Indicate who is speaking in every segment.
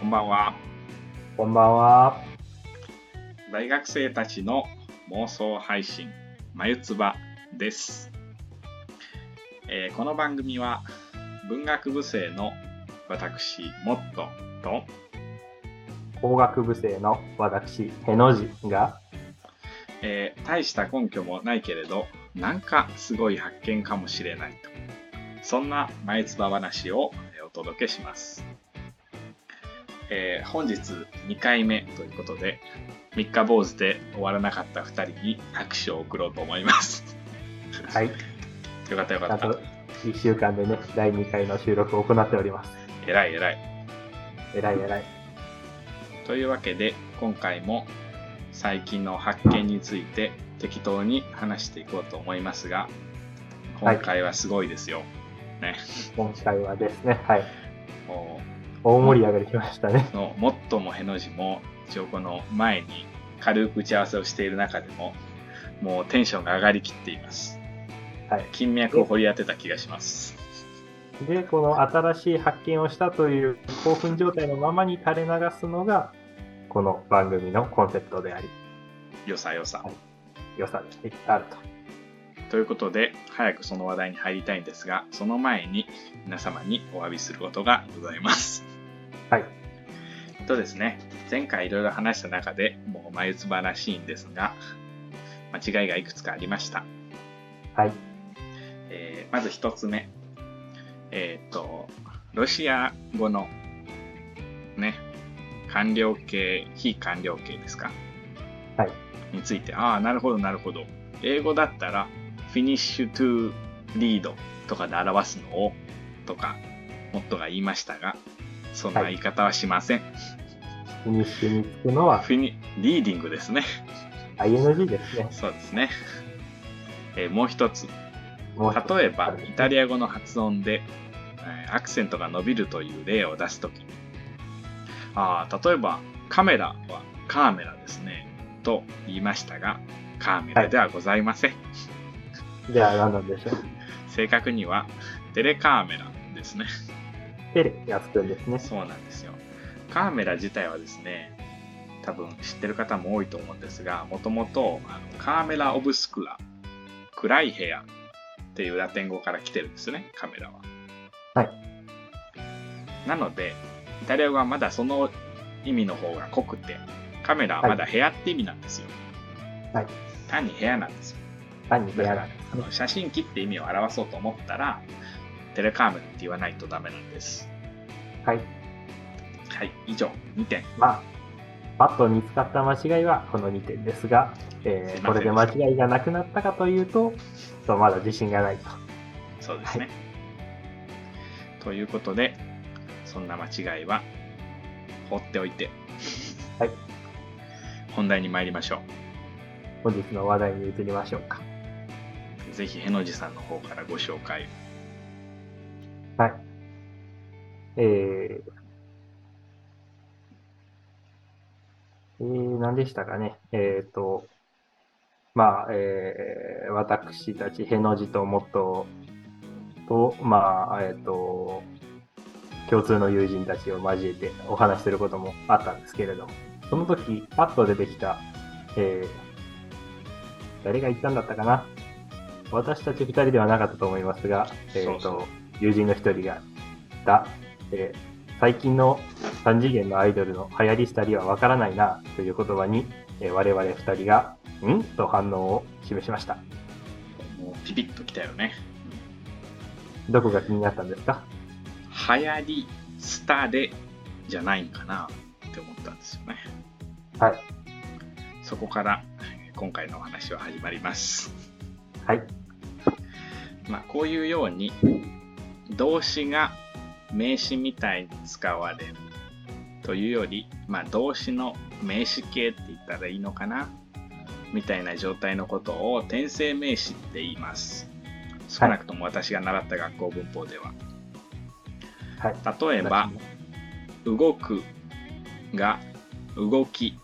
Speaker 1: こんばんは。
Speaker 2: こんばんは。
Speaker 1: 大学生たちの妄想配信、まゆつばです、えーこの番組は文学部生の私、もっとと、
Speaker 2: 工学部生の私、への字が、
Speaker 1: えー大した根拠もないけれど、なんかすごい発見かもしれないと。そんなまゆつば話をえーお届けします。えー本日2回目ということで、三日坊主で終わらなかった2人に拍手を送ろうと思います。
Speaker 2: はい、
Speaker 1: よかったよか
Speaker 2: あ
Speaker 1: っ
Speaker 2: と
Speaker 1: た。
Speaker 2: 1週間でね、第2回の収録を行っております。
Speaker 1: 偉い偉い。
Speaker 2: えらいえらい。
Speaker 1: というわけで、今回も最近の発見について適当に話していこうと思いますが、今回はすごいですよ。
Speaker 2: 今回はですね、はい、
Speaker 1: こ
Speaker 2: 大盛り上がりしましたね
Speaker 1: う。のもっともへの字も、一応この前に軽く打ち合わせをしている中でも、もうテンションが上がりきっています。
Speaker 2: はい
Speaker 1: 筋脈を掘り当てた気がします。
Speaker 2: で、この新しい発見をしたという興奮状態のままに垂れ流すのが、この番組のコンセプトであり、
Speaker 1: よさよさ。
Speaker 2: 良さであると。
Speaker 1: ということで、早くその話題に入りたいんですが、その前に皆様にお詫びすることがございます。
Speaker 2: はい。
Speaker 1: とですね、前回いろいろ話した中でもう眉唾らしいんですが、間違いがいくつかありました。
Speaker 2: はい、
Speaker 1: えーまず一つ目。えーっ、と、ロシア語の、ね、官僚形、非官僚形ですか。
Speaker 2: はい。
Speaker 1: について、ああ、なるほど、なるほど。英語だったら、フィニッシュトゥリードとかで表すのを、とか、もっとが言いましたが、そんな言い方はしません。
Speaker 2: フィニッシュにつくのは
Speaker 1: フィニ、リーディングですね。
Speaker 2: ING ですね。
Speaker 1: そうですね。えーもう一つ。
Speaker 2: もう一つ
Speaker 1: 例えばイタリア語の発音でえーアクセントが伸びるという例を出すときにあー例えばカメラはカーメラですねと言いましたがカーメラではございません、
Speaker 2: じゃあ何なんでしょう。
Speaker 1: 正確にはテレカーメラですね
Speaker 2: テレがつくんですね。
Speaker 1: そうなんですよカーメラ自体はですね多分知ってる方も多いと思うんですがもともとあのカーメラ・オブスクラ暗い部屋っていうラテン語から来てるんですねカメラは
Speaker 2: はい
Speaker 1: なのでイタリア語はまだその意味の方が濃くてカメラはまだ部屋って意味なんですよ、
Speaker 2: はい
Speaker 1: 単に部屋なんですよ
Speaker 2: 単に部
Speaker 1: だか
Speaker 2: 屋
Speaker 1: ら
Speaker 2: が。
Speaker 1: あの写真機って意味を表そうと思ったらテレカーメラって言わないとダメなんです
Speaker 2: はい。
Speaker 1: はい以上2点
Speaker 2: まあ、パッと見つかった間違いはこの2点ですが、え
Speaker 1: すい
Speaker 2: ー
Speaker 1: ま
Speaker 2: こ
Speaker 1: せん
Speaker 2: れで間違いがなくなったかというと、そうまだ自信がないと。
Speaker 1: そうですね。ということで、そんな間違いは放っておいて、
Speaker 2: はい
Speaker 1: 本題に参りましょ
Speaker 2: 本日の話題に移りましょうか。
Speaker 1: う。ぜひ、へのじさんの方からご紹介。
Speaker 2: はい。えー、えー、何でしたかね。えっ、と、まあ、えー、私たち、への字ともっと、と、まあ、えっ、と、共通の友人たちを交えてお話しすることもあったんですけれども、その時、パッと出てきた、えー、誰が言ったんだったかな。私たち二人ではなかったと思いますが、えっ、と、
Speaker 1: そうそ
Speaker 2: 友人の一人が、だ、えー最近の三次元のアイドルの流行りしたりはわからないな、という言葉に、えー我々二人が、んと反応を示しました。
Speaker 1: もうピピッときたよね。
Speaker 2: どこが気になったんですか
Speaker 1: 流行り、スタでじゃないんかなって思ったんですよね。
Speaker 2: はい。
Speaker 1: そこから、えー今回のお話は始まります。
Speaker 2: はい。
Speaker 1: まあ、こういうように動詞が名詞みたいに使われるというより、まあ、動詞の名詞形って言ったらいいのかなみたいな状態のことを転生名詞って言います少なくとも私が習った学校文法では、
Speaker 2: はい。
Speaker 1: 例えば「動く」が「動き」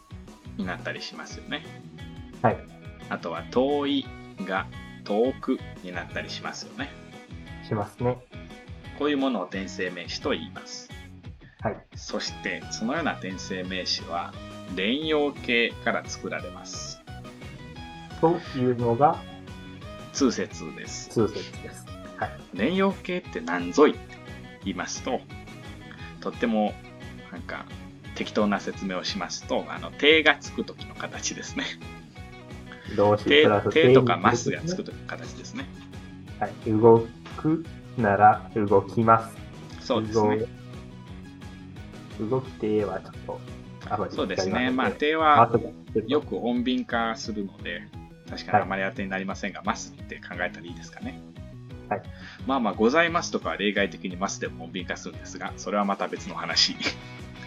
Speaker 1: になったりしますよね
Speaker 2: はい。
Speaker 1: あとは「遠い」が「遠く」になったりしますよね
Speaker 2: しますね。
Speaker 1: こういうものを転生名詞と言います。
Speaker 2: はい。
Speaker 1: そしてそのような転生名詞は連用形から作られます
Speaker 2: というのが
Speaker 1: 通説です
Speaker 2: 通説です。はい。
Speaker 1: 連用形って何ぞいって言いますととってもなんか適当な説明をしますとあの手がつく時の形ですね
Speaker 2: 動詞
Speaker 1: 手
Speaker 2: プラス
Speaker 1: 手とか
Speaker 2: に
Speaker 1: マスがつく時の形ですね
Speaker 2: はい。動くなら動きます。
Speaker 1: そうですね
Speaker 2: 動動きてはちょっとあまり
Speaker 1: そうです
Speaker 2: 使い
Speaker 1: ね
Speaker 2: せん
Speaker 1: まあ手
Speaker 2: マ
Speaker 1: は
Speaker 2: スがつく
Speaker 1: よく穏便化するので確かにあまり当てになりませんが、マスって考えたらいいですかね
Speaker 2: はい
Speaker 1: まあまあございますとかは例外的にマスでも穏便化するんですがそれはまた別の話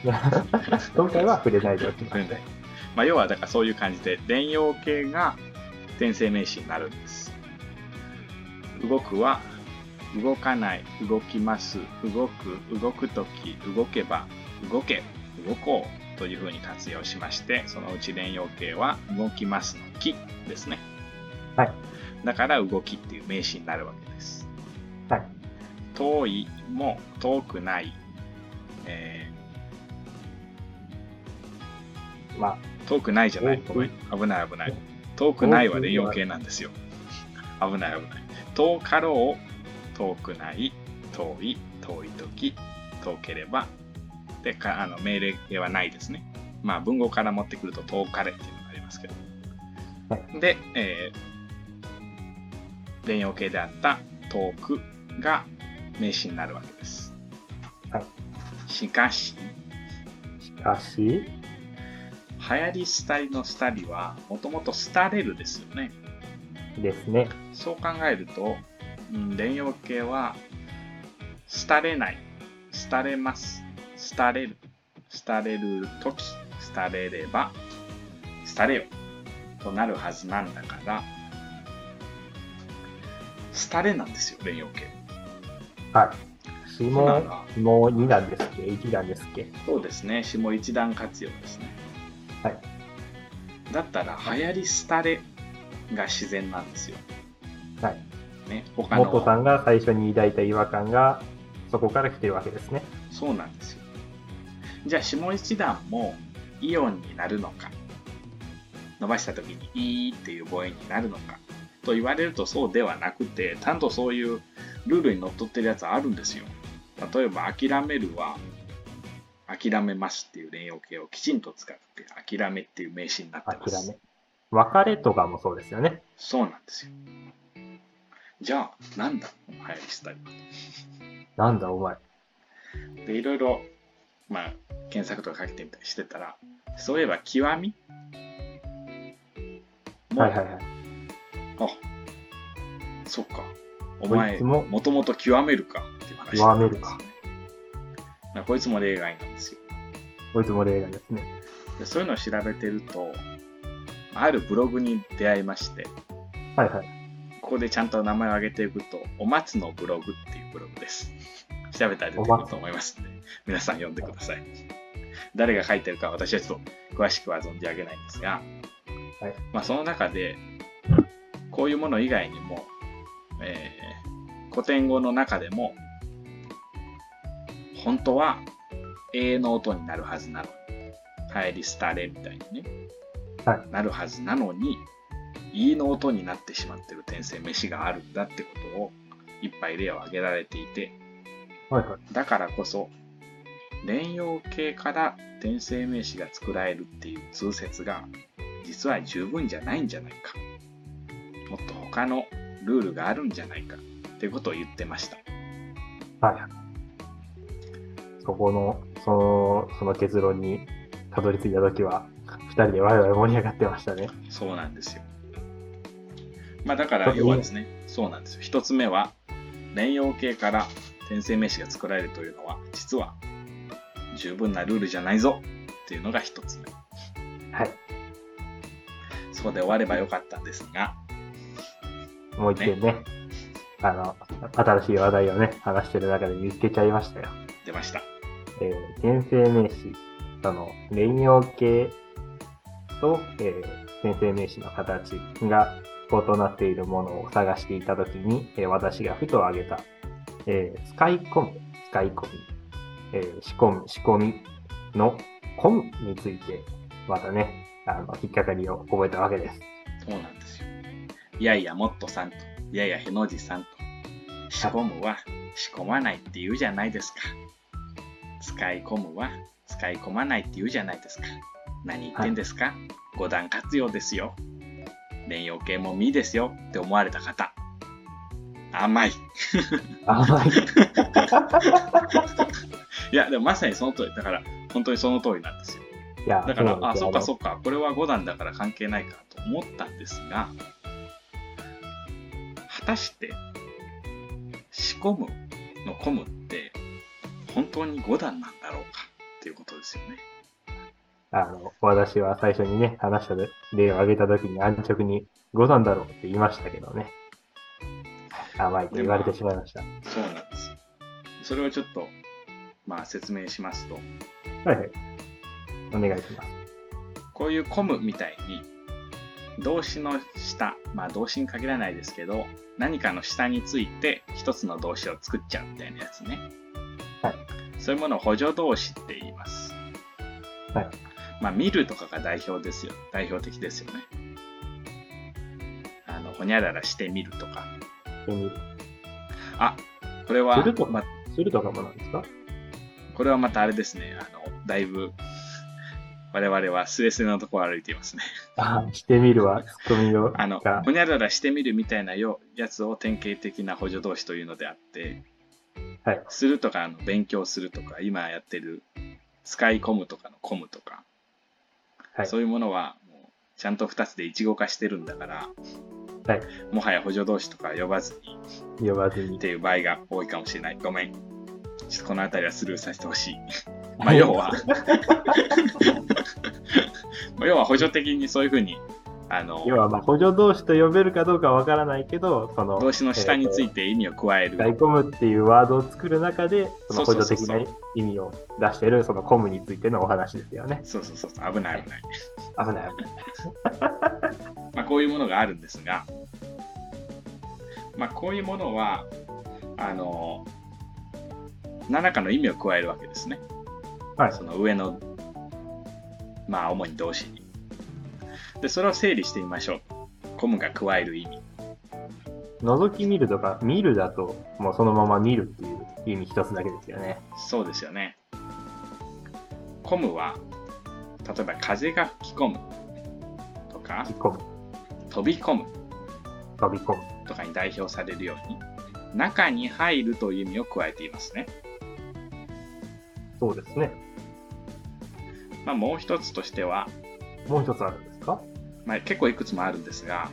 Speaker 2: 今回は触れないでおきます。
Speaker 1: まあ要はだからそういう感じで連用形が転生名詞になるんです動くは動かない動きます動く動く時動けば動け動こうというふうに活用しましてそのうち連用形は動きますの「き」ですね
Speaker 2: はい
Speaker 1: だから動きっていう名詞になるわけです
Speaker 2: はい。
Speaker 1: 遠いも遠くない、え
Speaker 2: まあ、
Speaker 1: ー遠くないじゃない
Speaker 2: 遠く
Speaker 1: ごめん危ない危ない遠くないは連用形なんですよ危ない危ない遠かろう遠くない遠い遠い時遠ければでかあの命令形はないですねまあ文語から持ってくると遠かれっていうのがありますけど、
Speaker 2: は
Speaker 1: で、えー連用形であった遠くが名詞になるわけです、
Speaker 2: はい
Speaker 1: しかし
Speaker 2: しかし、
Speaker 1: 流行り廃りの廃りはもともと廃れるですよね
Speaker 2: ですね。
Speaker 1: そう考えると、うん、連用形は廃れない廃れます廃れる廃れる時廃れれば廃れよとなるはずなんだから廃れなんですよ連用形
Speaker 2: はい。下
Speaker 1: そうなんだ
Speaker 2: もう2段ですっけ ?1 段ですっけ
Speaker 1: そうですね下一段活用ですね
Speaker 2: はい
Speaker 1: だったら流行り廃れが自然なんですよ
Speaker 2: はい
Speaker 1: ね他の
Speaker 2: モトさんが最初に抱いた違和感がそこから来てるわけですね。
Speaker 1: そうなんですよ。じゃあ、下一段もイオンになるのか、伸ばした時にイーっていう母音になるのか、と言われるとそうではなくて、ちゃんとそういうルールにのっとってるやつあるんですよ。例えば、諦めるは、諦めますっていう連用形をきちんと使って、諦めっていう名詞になって
Speaker 2: 諦
Speaker 1: ます。
Speaker 2: め。別れとかもそうですよね。
Speaker 1: そうなんですよ。じゃあ、なんだ流行りしたり。
Speaker 2: なんだお前。
Speaker 1: でいろいろ、まあ、検索とかかけてみたりしてたらそういえば「極み」もう、
Speaker 2: はいはいはい。
Speaker 1: あそっかお
Speaker 2: こい
Speaker 1: 前
Speaker 2: つも
Speaker 1: もともと極めるかっていう話
Speaker 2: 極めるか
Speaker 1: まあこいつも例外なんですよ
Speaker 2: こいつも例外ですね。
Speaker 1: でそういうのを調べてるとあるブログに出会いまして
Speaker 2: はいはい。
Speaker 1: ここでちゃんと名前を挙げていくと「お松のブログ」っていうブログです調べたら出てくると思いますので皆さん読んでください誰が書いてるか私はちょっと詳しくは存じ上げないんですが、
Speaker 2: はい
Speaker 1: まあ、その中でこういうもの以外にも、えー古典語の中でも本当は永遠の音になるはずなのに帰り廃れみたいにね、
Speaker 2: は
Speaker 1: なるはずなのにいの音になってしまってる転生飯があるんだってことをいっぱい例を挙げられていて
Speaker 2: はいはい。
Speaker 1: だからこそ連用形から転生名詞が作られるっていう通説が実は十分じゃないんじゃないかもっと他のルールがあるんじゃないかってことを言ってました
Speaker 2: はいはい。そこの、その、その結論にたどり着いたときは、二人でワイワイ盛り上がってましたね。
Speaker 1: そうなんですよまあだから要はですねそうなんですよ一つ目は連用形から転生名詞が作られるというのは実は十分なルールじゃないぞっていうのが一つ目
Speaker 2: はい。
Speaker 1: そこで終わればよかったんですが
Speaker 2: もう一点ね、あの、新しい話題をね、話してる中で見つけちゃいましたよ。
Speaker 1: 出ました
Speaker 2: えー、転生名詞、その、連用形と、えー、転生名詞の形が異なっているものを探していたときに、えー私がふと挙げた、えー使い込む、使い込みえー仕込み、仕込みの込みについて、またね、あの、引っかかりを覚えたわけです。
Speaker 1: そうなんですよ。いやいや、もっとさんと、いやいや、への字さんと、仕込むは仕込まないって言うじゃないですか。使い込むは使い込まないって言うじゃないですか。何言ってんですか、五段活用ですよ。連用形もみですよって思われた方。甘い。
Speaker 2: 甘い。
Speaker 1: いや、でもまさにその通り。だから、本当にその通りなんですよ。
Speaker 2: いや、
Speaker 1: だから、あ、そっかそ
Speaker 2: っ
Speaker 1: っか、これは5段だから関係ないかと思ったんですが、果たして、仕込むの込むって、本当に5段なんだろうかっていうことですよね。
Speaker 2: か。あの、私は最初にね、話した例を挙げたときに安直に、五段だろうって言いましたけどね。甘いと言われてしまいました。
Speaker 1: そうなんですよ。それをちょっと、まあ説明しますと、
Speaker 2: はいはい。お願いします。
Speaker 1: こういう込むみたいに、動詞の下、まあ動詞に限らないですけど、何かの下について一つの動詞を作っちゃうみたいなやつね。
Speaker 2: はい
Speaker 1: そういうものを補助動詞って言います。
Speaker 2: はい。
Speaker 1: まあ見るとかが代表ですよ。代表的ですよね。あの、ほにゃららしてみるとか。
Speaker 2: 手に
Speaker 1: あ、これは、
Speaker 2: するとか
Speaker 1: まあ
Speaker 2: するとかもなんですか
Speaker 1: これはまたあれですね。あの、だいぶ、我々はスレスレのところを歩いていますね。
Speaker 2: あしてみるわ、ツッコミを。
Speaker 1: あの、
Speaker 2: が
Speaker 1: ほにゃららしてみるみたいなよやつを典型的な補助動詞というのであって、
Speaker 2: はい
Speaker 1: するとかあの、勉強するとか、今やってる使い込むとかの込むとか、
Speaker 2: はい
Speaker 1: そういうものはもうちゃんと2つで一語化してるんだから、
Speaker 2: はい
Speaker 1: もはや補助動詞とか呼ばずに
Speaker 2: 呼ばず
Speaker 1: っ
Speaker 2: に。
Speaker 1: ていう場合が多いかもしれない。ごめん。ちょっとこの辺りはスルーさせてほ しい。まあ、要は、 まあ要は補助的にそういうふうに、あの、
Speaker 2: 要は、まあ、補助動詞と呼べるかどうかわからないけど、その、
Speaker 1: 動詞の下につい
Speaker 2: て。
Speaker 1: て意味を加える。
Speaker 2: 使い込むっていうワードを作る中で、その補助
Speaker 1: そう
Speaker 2: 的
Speaker 1: そう
Speaker 2: な
Speaker 1: そう
Speaker 2: 意味を出してる、そのコムについてのお話ですよね。
Speaker 1: そうそうそうそう、危ない危ない。
Speaker 2: 危ない危ない。
Speaker 1: まあ、こういうものがあるんですが、まあ、こういうものは、あの、何らかの意味を加えるわけですね。
Speaker 2: はい
Speaker 1: その上の、まあ、主に動詞に。で、それを整理してみましょう。コムが加える意味。
Speaker 2: 覗き見るとか、見るだと、もうそのまま見るっていう意味一つだけですよね。
Speaker 1: そうですよね。コムは、例えば風が吹き込むとか
Speaker 2: 引っ込む、
Speaker 1: 飛び込む
Speaker 2: 飛び込む。
Speaker 1: とかに代表されるように、中に入るという意味を加えていますね。
Speaker 2: そうですね。
Speaker 1: まあ、もう一つとしては、
Speaker 2: もう一つあるんですか
Speaker 1: まあ、結構いくつもあるんですが、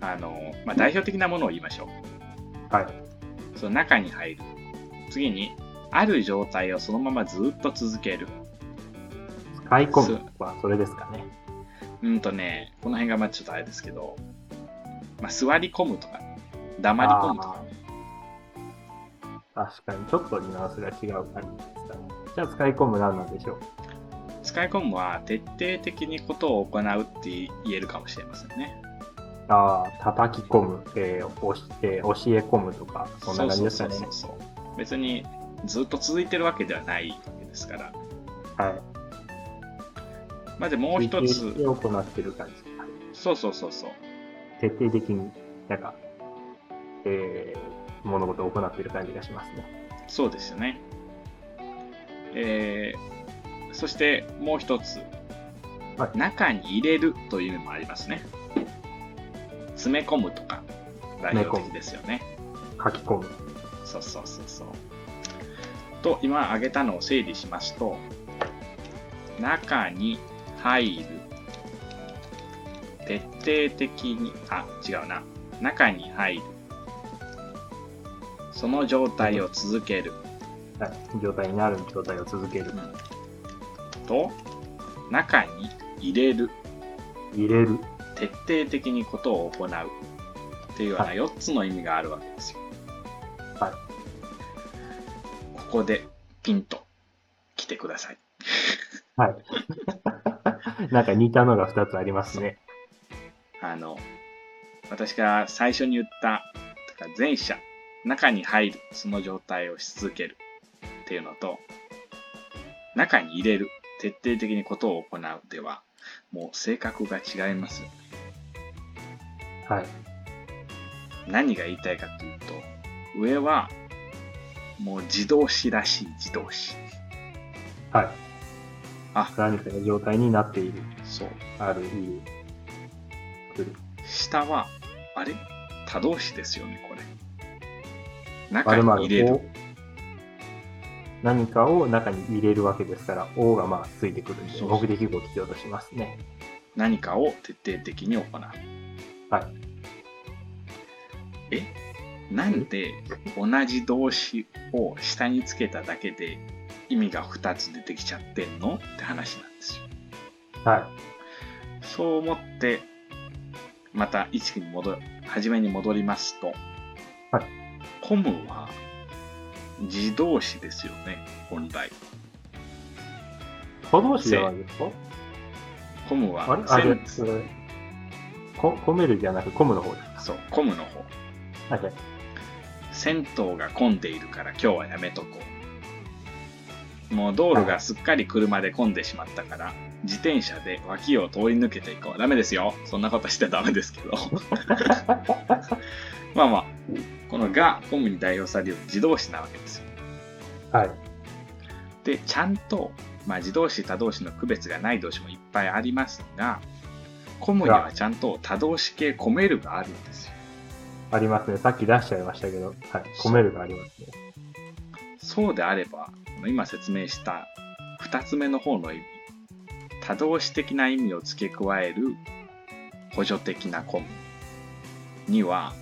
Speaker 1: あのまあ、代表的なものを言いましょ
Speaker 2: はい。
Speaker 1: う。その中に入る。次に、ある状態をそのままずっと続ける。
Speaker 2: 使い込むはそれですかね。
Speaker 1: うんとね、この辺がまあちょっとあれですけど、まあ、座り込むとか、黙り込むとか、
Speaker 2: あー確かに、ちょっとニュアンスが違う感じですかね。じゃあ、使い込む何なんでしょう
Speaker 1: 使い込むは徹底的にことを行うって言えるかもしれませんね。
Speaker 2: ああ、叩き込む、えーおしえー教え込むとか、そんな感じですかね。
Speaker 1: そうそうそうそう。別にずっと続いてるわけではないわけですから。
Speaker 2: はい。
Speaker 1: まあ、でもう一
Speaker 2: 徹底的
Speaker 1: つ、
Speaker 2: に行ってる感じ。はい
Speaker 1: そうそうそうそう。
Speaker 2: 徹底的に、なんか、えー物事を行ってる感じがしますね。
Speaker 1: そうですよね。えーそしてもう一つ、
Speaker 2: は
Speaker 1: 中に入れるという意味もありますね。詰め込むとか、代表的ですよね。
Speaker 2: 書き込む。
Speaker 1: そうそうそうそう。と、今挙げたのを整理しますと、中に入る。徹底的に、あ、違うな。中に入る。その状態を続ける。
Speaker 2: はい。状態になる状態を続ける。
Speaker 1: と、中に入れる。
Speaker 2: 入れる。
Speaker 1: 徹底的にことを行うっていうような
Speaker 2: は
Speaker 1: 4つの意味があるわけですよ。
Speaker 2: はい
Speaker 1: ここでピンと来てください。
Speaker 2: はい。なんか似たのが2つありますね。
Speaker 1: あの、私が最初に言った、だから前者、中に入る、その状態をし続ける。っていうのと、中に入れる、徹底的にことを行うでは、もう性格が違います。
Speaker 2: はい。
Speaker 1: 何が言いたいかというと、上は、もう自動詞らしい自動詞。
Speaker 2: はい。
Speaker 1: あ
Speaker 2: 何かの状態になっている。
Speaker 1: そう。
Speaker 2: ある、いる。来る。
Speaker 1: 下は、あれ多動詞ですよね、これ。中
Speaker 2: 丸
Speaker 1: に
Speaker 2: 々
Speaker 1: 入れる。
Speaker 2: を何かを中に入れるわけですから、O がまあついてくるんで、
Speaker 1: そう
Speaker 2: 目的語を必要としますね。
Speaker 1: 何かを徹底的に行う。
Speaker 2: は
Speaker 1: えなんで同じ動詞を下につけただけで意味が2つ出てきちゃってんのって話なんですよ。
Speaker 2: は
Speaker 1: そう思って、また意識に戻る、初めに戻りますと、
Speaker 2: はい
Speaker 1: コムは自動詞ですよね、本来。
Speaker 2: い。都動詞じゃないですか
Speaker 1: コムは
Speaker 2: あれあ
Speaker 1: セ
Speaker 2: れ
Speaker 1: ン
Speaker 2: それこ、込めるじゃなく、込むの方で
Speaker 1: そう、コムの方。
Speaker 2: す。はいはい。
Speaker 1: 銭湯が混んでいるから今日はやめとこう。もう道路がすっかり車で混んでしまったから、自転車で脇を通り抜けていこう。ダメですよ。そんなことしてダメですけど。 まあまあ、このが、コムに代表される自動詞なわけですよ。
Speaker 2: はい。
Speaker 1: で、ちゃんと、まあ、自動詞、他動詞の区別がない動詞もいっぱいありますが、コムにはちゃんと多動詞形コメルがあるんですよ。
Speaker 2: ありますね。さっき出しちゃいましたけど、はい。込めるがありますね。
Speaker 1: そうであれば、この今説明した2つ目の方の意味、多動詞的な意味を付け加える補助的なコムには、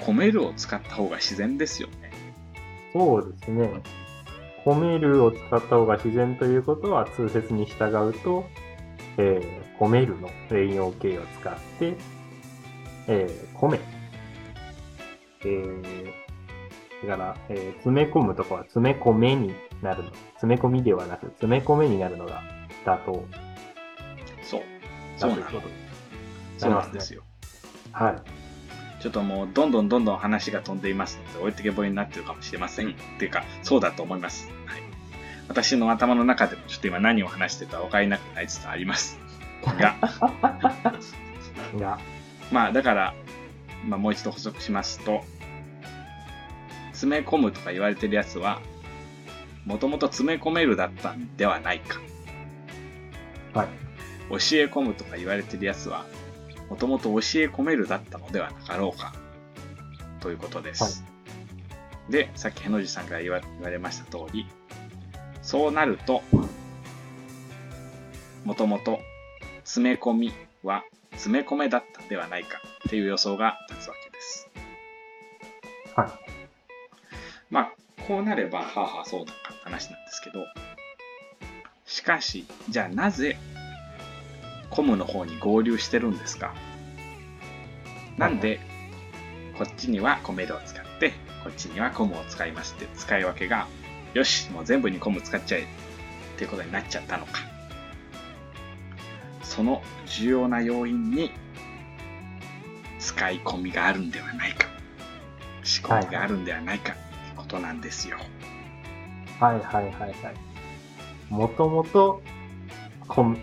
Speaker 1: コメルを使った方が自然ですよね。
Speaker 2: そうですね。込めるを使った方が自然ということは、通説に従うと、えー、込めるの連用形を使って、えー、込め。えー、だから、えー詰め込むとこは詰め込めになるの。詰め込みではなく、詰め込めになるのが妥
Speaker 1: そう。そ
Speaker 2: 当
Speaker 1: うな
Speaker 2: だと
Speaker 1: いん
Speaker 2: うことです。
Speaker 1: そうなんですよ。
Speaker 2: はい。
Speaker 1: ちょっともうどんどんどんどん話が飛んでいますので、置いてけぼりになってるかもしれません。っていうか、そうだと思います。はい。私の頭の中でもちょっと今何を話してたか分かりなくなりつつあり ます。が、
Speaker 2: が、
Speaker 1: まあだから、まあ、もう一度補足しますと詰め込むとか言われてるやつはもともと詰め込めるだったんではないか
Speaker 2: はい。
Speaker 1: 教え込むとか言われてるやつはもともと教え込めるだったのではなかろうかということです、でさっきへのじさんから言わ言われました通りそうなるともともと詰め込みは詰め込めだったんではないかっていう予想が立つわけです
Speaker 2: はい。
Speaker 1: まあ、こうなれば、はあはあそうだかって話なんですけど、しかし、じゃあなぜ、コムの方に合流してるんですかなんで、こっちにはコメルを使って、こっちにはコムを使いますって使い分けが、よし、もう全部にコム使っちゃえっていうことになっちゃったのか。その重要な要因に、使い込みがあるんではないか。仕込みがあるんではないかってことなんですよ。
Speaker 2: はいはいはいはい。もともと、込む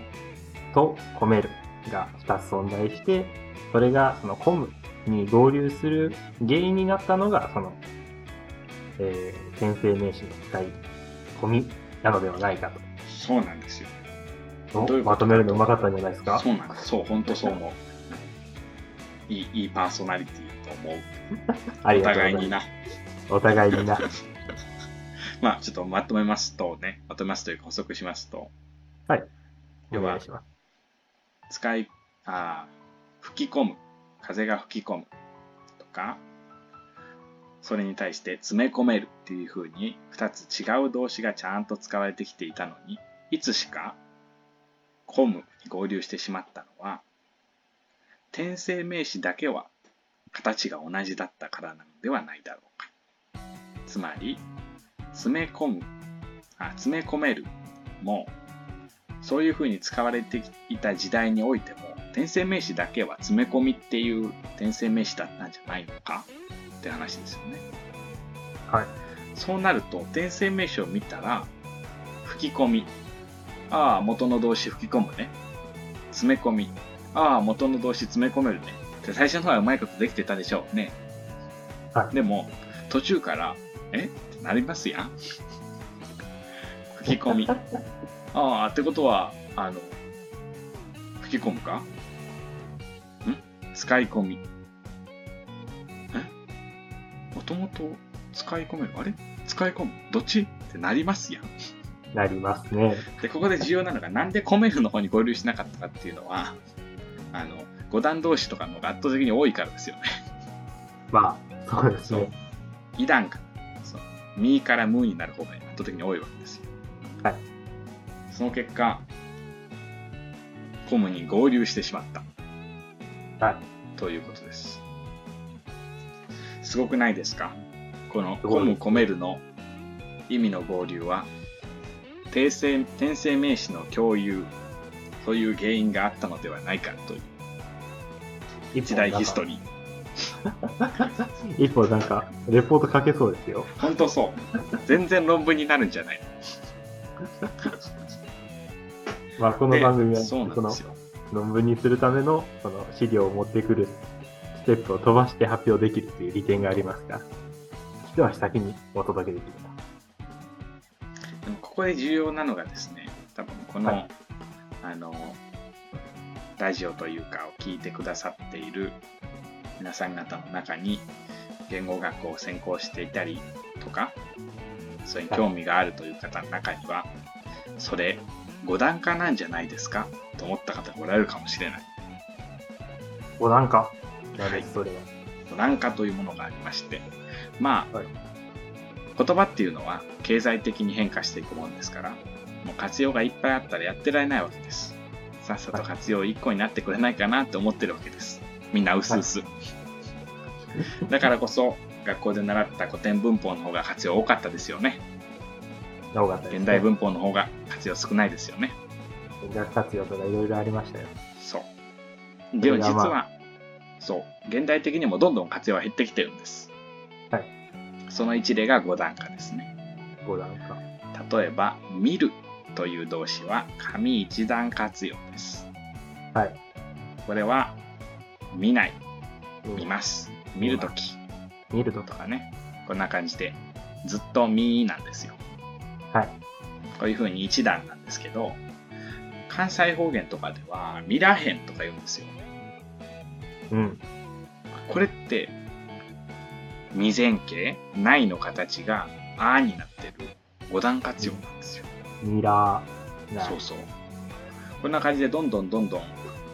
Speaker 2: と込めるが2つ存在して、それがその込むに合流する原因になったのが、その、えー、先生名詞の使い込みなのではないか
Speaker 1: そうなんですよ。
Speaker 2: と。
Speaker 1: どういうこと
Speaker 2: まとめるのうまかったんじゃないですか
Speaker 1: そうなんです。そう、本当そう思う。いい、いいパーソナリティと思う。
Speaker 2: あり
Speaker 1: お
Speaker 2: がとうご
Speaker 1: 互
Speaker 2: ざい
Speaker 1: い
Speaker 2: ます
Speaker 1: に。な。
Speaker 2: お互い にな。
Speaker 1: まあ、ちょっとまとめますとね、まとめますというか補足しますと、
Speaker 2: お願いします。
Speaker 1: 使い、あー吹き込む。風が吹き込む。とか、それに対して詰め込めるっていう風に、二つ違う動詞がちゃんと使われてきていたのに、いつしか、込むに合流してしまったのは、転生名詞だけは形が同じだったからなのではないだろうか。つまり、詰め込む、あ、詰め込めるも、そういう風に使われていた時代においても、転生名詞だけは詰め込みっていう転生名詞だったんじゃないのかって話ですよね。
Speaker 2: はい。
Speaker 1: そうなると、転生名詞を見たら、吹き込み。ああ、元の動詞吹き込むね。詰め込み。ああ、元の動詞詰め込めるね。で最初の方はうまいことできてたでしょうね。
Speaker 2: はい
Speaker 1: でも、途中から、えってなりますやん。吹き込み。ああ、ってことは、あの、吹き込むかん使い込み。えもともと使い込めるあれ使い込むどっちってなりますやん。
Speaker 2: なりますね。
Speaker 1: で、ここで重要なのが、なんでコメフの方に合流しなかったかっていうのは、あの、五段同士とかのが圧倒的に多いからですよね。
Speaker 2: まあ、そうです
Speaker 1: そう
Speaker 2: ね。。
Speaker 1: イダンから、そう。ミーからムーになる方が圧倒的に多いわけですよ。
Speaker 2: はい。
Speaker 1: その結果、コムに合流してしまった。
Speaker 2: はい。
Speaker 1: ということです。すごくないですかこの
Speaker 2: すご
Speaker 1: コ
Speaker 2: い
Speaker 1: ムコメルの意味の合流は、訂正転生名詞の共有という原因があったのではないかという一大ヒスト
Speaker 2: ー。
Speaker 1: リー。
Speaker 2: 一本なんか、レポート書けそうですよ。
Speaker 1: 本当そう。全然論文になるんじゃない。
Speaker 2: まあ、 この番組は、
Speaker 1: でそうなん
Speaker 2: の
Speaker 1: ですよ。
Speaker 2: 論文にするための、その資料を持ってくるステップを飛ばして発表できるという利点がありますが、一足先にお届けできると。
Speaker 1: でもここで重要なのがですね、多分この、
Speaker 2: は
Speaker 1: あの、ラジオというかを聞いてくださっている皆さん方の中に、言語学を専攻していたりとか、それに興味があるという方の中には、それ、五段化なんじゃないですかと思った方がおられるかもしれない。
Speaker 2: お、なんか、
Speaker 1: はい
Speaker 2: なるそれは。
Speaker 1: なんかというものがありまして、まあ、
Speaker 2: はい
Speaker 1: 言葉っていうのは経済的に変化していくもんですから、もう活用がいっぱいあったらやってられないわけです。さっさと活用1個になってくれないかなって思ってるわけです。みんなうすうす。だからこそ、学校で習った古典文法の方が活用多かったですよね。
Speaker 2: 多かったです、ね。
Speaker 1: 現代文法の方が活用少ないですよね。
Speaker 2: 文学活用とかいろいろありましたよ。
Speaker 1: そう。でも
Speaker 2: そ
Speaker 1: 実
Speaker 2: れがまあ
Speaker 1: は、そう、現代的にもどんどん活用は減ってきてるんです。
Speaker 2: はい
Speaker 1: その一例が5段階ですね。
Speaker 2: 五段か。
Speaker 1: 例えば、見るという動詞は、紙一段活用です。
Speaker 2: はい。
Speaker 1: これは、見ない、見
Speaker 2: 見
Speaker 1: ます、見るとき
Speaker 2: 見ると
Speaker 1: と
Speaker 2: か。
Speaker 1: かね、こんな感じで、ずっと見なんですよ。
Speaker 2: はい。
Speaker 1: こういう風に一段なんですけど、関西方言とかでは、見らへんとか言うんですよ。
Speaker 2: うん。
Speaker 1: これって未然形ないの形が「あ」になってる五段活用なんですよ。
Speaker 2: ミラー。な
Speaker 1: そうそう。こんな感じでどんどんどんどん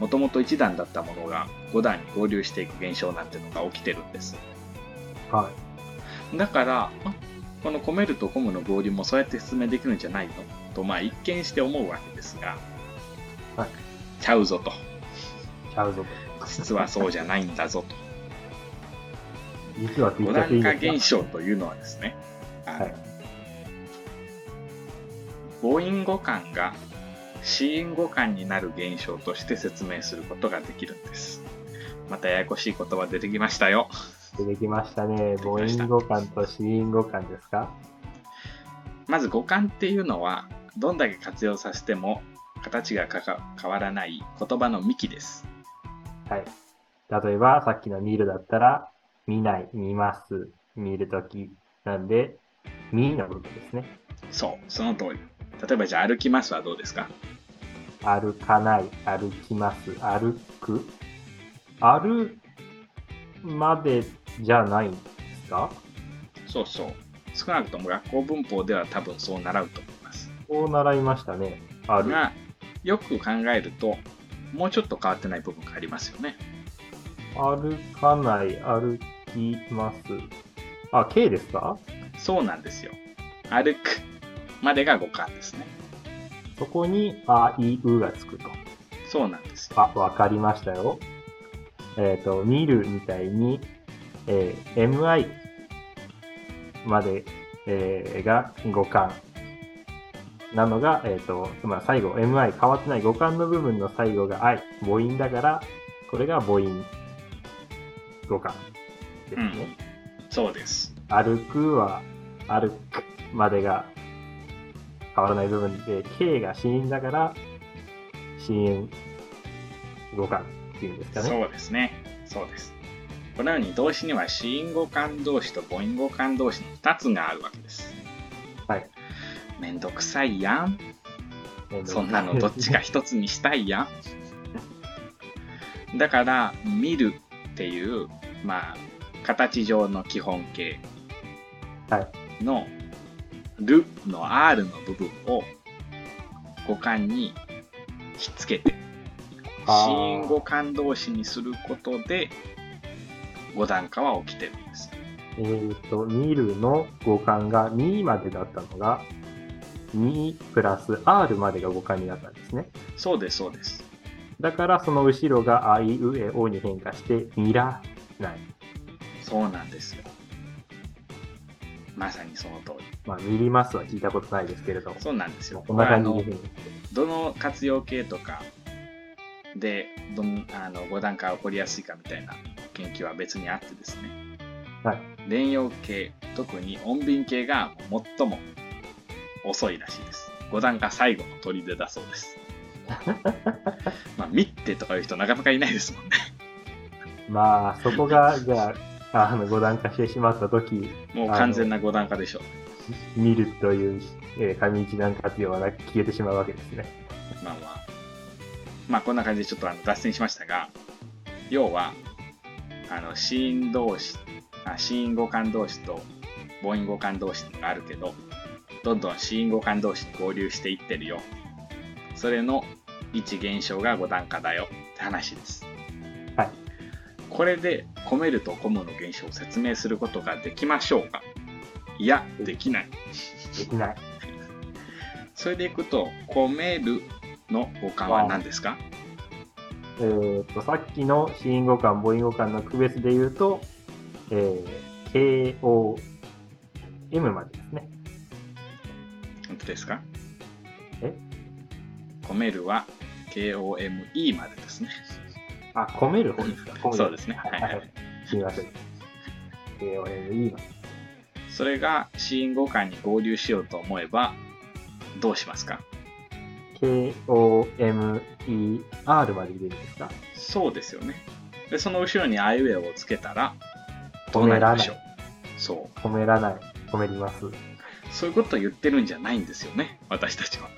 Speaker 1: もともと1段だったものが5段に合流していく現象なんてのが起きてるんです。
Speaker 2: は
Speaker 1: だからあこのコメルとコムの合流もそうやって説明できるんじゃないのとまあ一見して思うわけですが、
Speaker 2: はい
Speaker 1: ちゃうぞと
Speaker 2: い。ちゃうぞと。
Speaker 1: 実はそうじゃないんだぞと。
Speaker 2: 実は
Speaker 1: 五
Speaker 2: 追
Speaker 1: 段
Speaker 2: 加
Speaker 1: 化現象というのはですね、あの
Speaker 2: はい
Speaker 1: 母音語感が子音語感になる現象として説明することができるんです。またややこしい言葉出てきましたよ。
Speaker 2: 出てきましたね。母
Speaker 1: 出てきました
Speaker 2: 音語感と子音語感ですか
Speaker 1: まず語感っていうのは、どんだけ活用させても形がかか変わらない言葉の幹です。
Speaker 2: はい。例えば、さっきの見るだったら、見ない、見ます、見るとき。なんで、見の部分ですね。
Speaker 1: そう、その通り。例えばじゃあ歩きますはどうですか
Speaker 2: 歩かない、歩きます、歩く。歩までじゃないんですか
Speaker 1: そうそう。少なくとも学校文法では多分そう習うと思います。
Speaker 2: こう習いましたね。歩。
Speaker 1: がよく考えるともうちょっと変わってない部分がありますよね
Speaker 2: 歩かない、歩きます。あ、K ですか
Speaker 1: そうなんですよ歩くまでが五感ですね
Speaker 2: そこに、あ、い、うがつくと。
Speaker 1: そうなんですよ
Speaker 2: あ、わかりましたよ。えっ、と、見るみたいに、えー MI まで、えーが五感。なのが、えっ、と、まあ、最後、MI 変わってない五感の部分の最後が I、母音だから、これが母音、五感ですね。
Speaker 1: そうです
Speaker 2: 歩くは歩くまでが変わらない部分で、K が死因だから、死因語感っていうんですかね。
Speaker 1: そうですね。そうです。このように動詞には子音語間動詞と母音語間動詞の2つがあるわけです。
Speaker 2: はい。
Speaker 1: めんどくさいやん。
Speaker 2: えー
Speaker 1: そんなのどっちか。一つにしたいやん。だから、見るっていう、まあ、形上の基本形
Speaker 2: はい
Speaker 1: の、るの R の部分を五感にひっつけて、
Speaker 2: あー
Speaker 1: 子音五感同士にすることで、五段化は起きてるんです。
Speaker 2: えっ、と、見るの語感が2までだったのが、2プラス R までが語感になったんですね。
Speaker 1: そうです、そうです。
Speaker 2: だからその後ろがあいうえおに変化して、見らない。
Speaker 1: そうなんですよ。まさにその通り。
Speaker 2: まあ、見りますは聞いたことないですけれど、
Speaker 1: そうなんですよ。
Speaker 2: こんな感
Speaker 1: あの
Speaker 2: じで。
Speaker 1: どの活用形とかでどんあの5段階起こりやすいかみたいな研究は別にあってですね、
Speaker 2: はい
Speaker 1: 連用形特に穏便形が最も遅いらしいです5段階最後の砦だそうです まあ「見て」とかいう人なかなかいないですもんね
Speaker 2: まあ、そこが、じゃあ、あの、五段化してしまったとき、
Speaker 1: もう完全な5段階でしょう
Speaker 2: 見るという、えー紙一段活用はなく消えてしまうわけですね。
Speaker 1: まあまあ。まあこんな感じでちょっとあの脱線しましたが、要は、あの、死因同士、あ死因互換同士と母音互換同士っていうのがあるけど、どんどん死因互換同士に合流していってるよ。それの一現象が五段化だよって話です。
Speaker 2: はい。
Speaker 1: これで、込めると込むの現象を説明することができましょうかいや、できない。
Speaker 2: できない。
Speaker 1: それでいくと、込めるの互換は何ですか
Speaker 2: えー、と、さっきの子音語感、母音語感の区別で言うと、えー、KOM までですね。
Speaker 1: 本当ですか
Speaker 2: え
Speaker 1: コメルは KOME までですね。
Speaker 2: あ、込める方ですか。込める
Speaker 1: そうですね。は
Speaker 2: はいい
Speaker 1: は
Speaker 2: はいい。すみません。KOM いいわ。
Speaker 1: それが死因互換に合流しようと思えば、どうしますか
Speaker 2: KOMER まで入れるんですか。
Speaker 1: そうですよね。で、その後ろにアイウェイをつけたら、どうなるでしょうそう。
Speaker 2: 込めらない。込めります。
Speaker 1: そういうことを言ってるんじゃないんですよね。私たちは。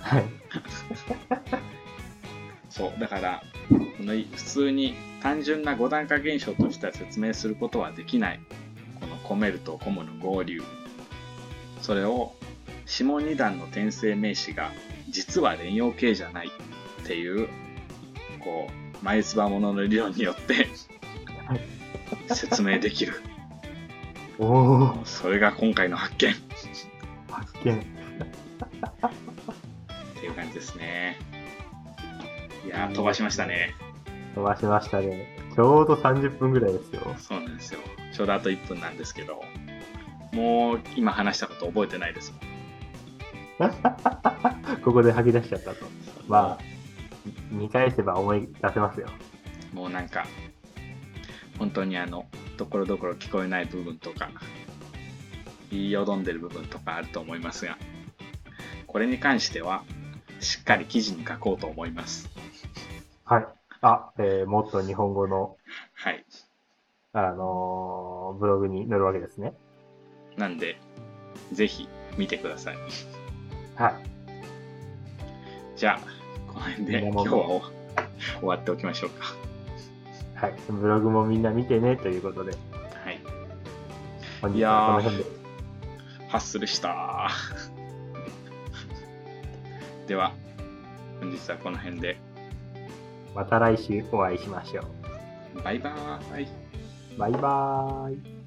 Speaker 2: はい。
Speaker 1: そう。だから、この普通に単純な五段化現象としては説明することはできない。このコメルとコムの合流。それを、下二段の転生名詞が、実は連用形じゃないっていう、こう、前唾ものの理論によって、説明できる。
Speaker 2: おお
Speaker 1: もうそれが今回の発見っ
Speaker 2: 発見。
Speaker 1: ていう感じですね。いやー、飛ばしましたね。
Speaker 2: 飛ばしましたね。ちょうど30分ぐらいですよ。
Speaker 1: そうなんですよ。ちょうどあと1分なんですけど、もう今話したこと覚えてないですもん。
Speaker 2: ここで吐き出しちゃったと。まあ、見返せば思い出せますよ。
Speaker 1: もうなんか、本当にあの、ところどころ聞こえない部分とか、言いよどんでる部分とかあると思いますが、これに関しては、しっかり記事に書こうと思います。
Speaker 2: はい。あ、えー、もっと日本語の、
Speaker 1: はい。
Speaker 2: あのーブログに載るわけですね。
Speaker 1: なんで、ぜひ見てください。
Speaker 2: はい。
Speaker 1: じゃあ、この辺で今日はお終わっておきましょうか。
Speaker 2: はい。ブログもみんな見てね、ということで、
Speaker 1: はい。
Speaker 2: 本
Speaker 1: い
Speaker 2: 日
Speaker 1: やー
Speaker 2: はこの辺で。
Speaker 1: ハッスルした。 では、本日はこの辺で、
Speaker 2: また来週お会いしましょ
Speaker 1: バイバーイ。
Speaker 2: う。バイバーイ。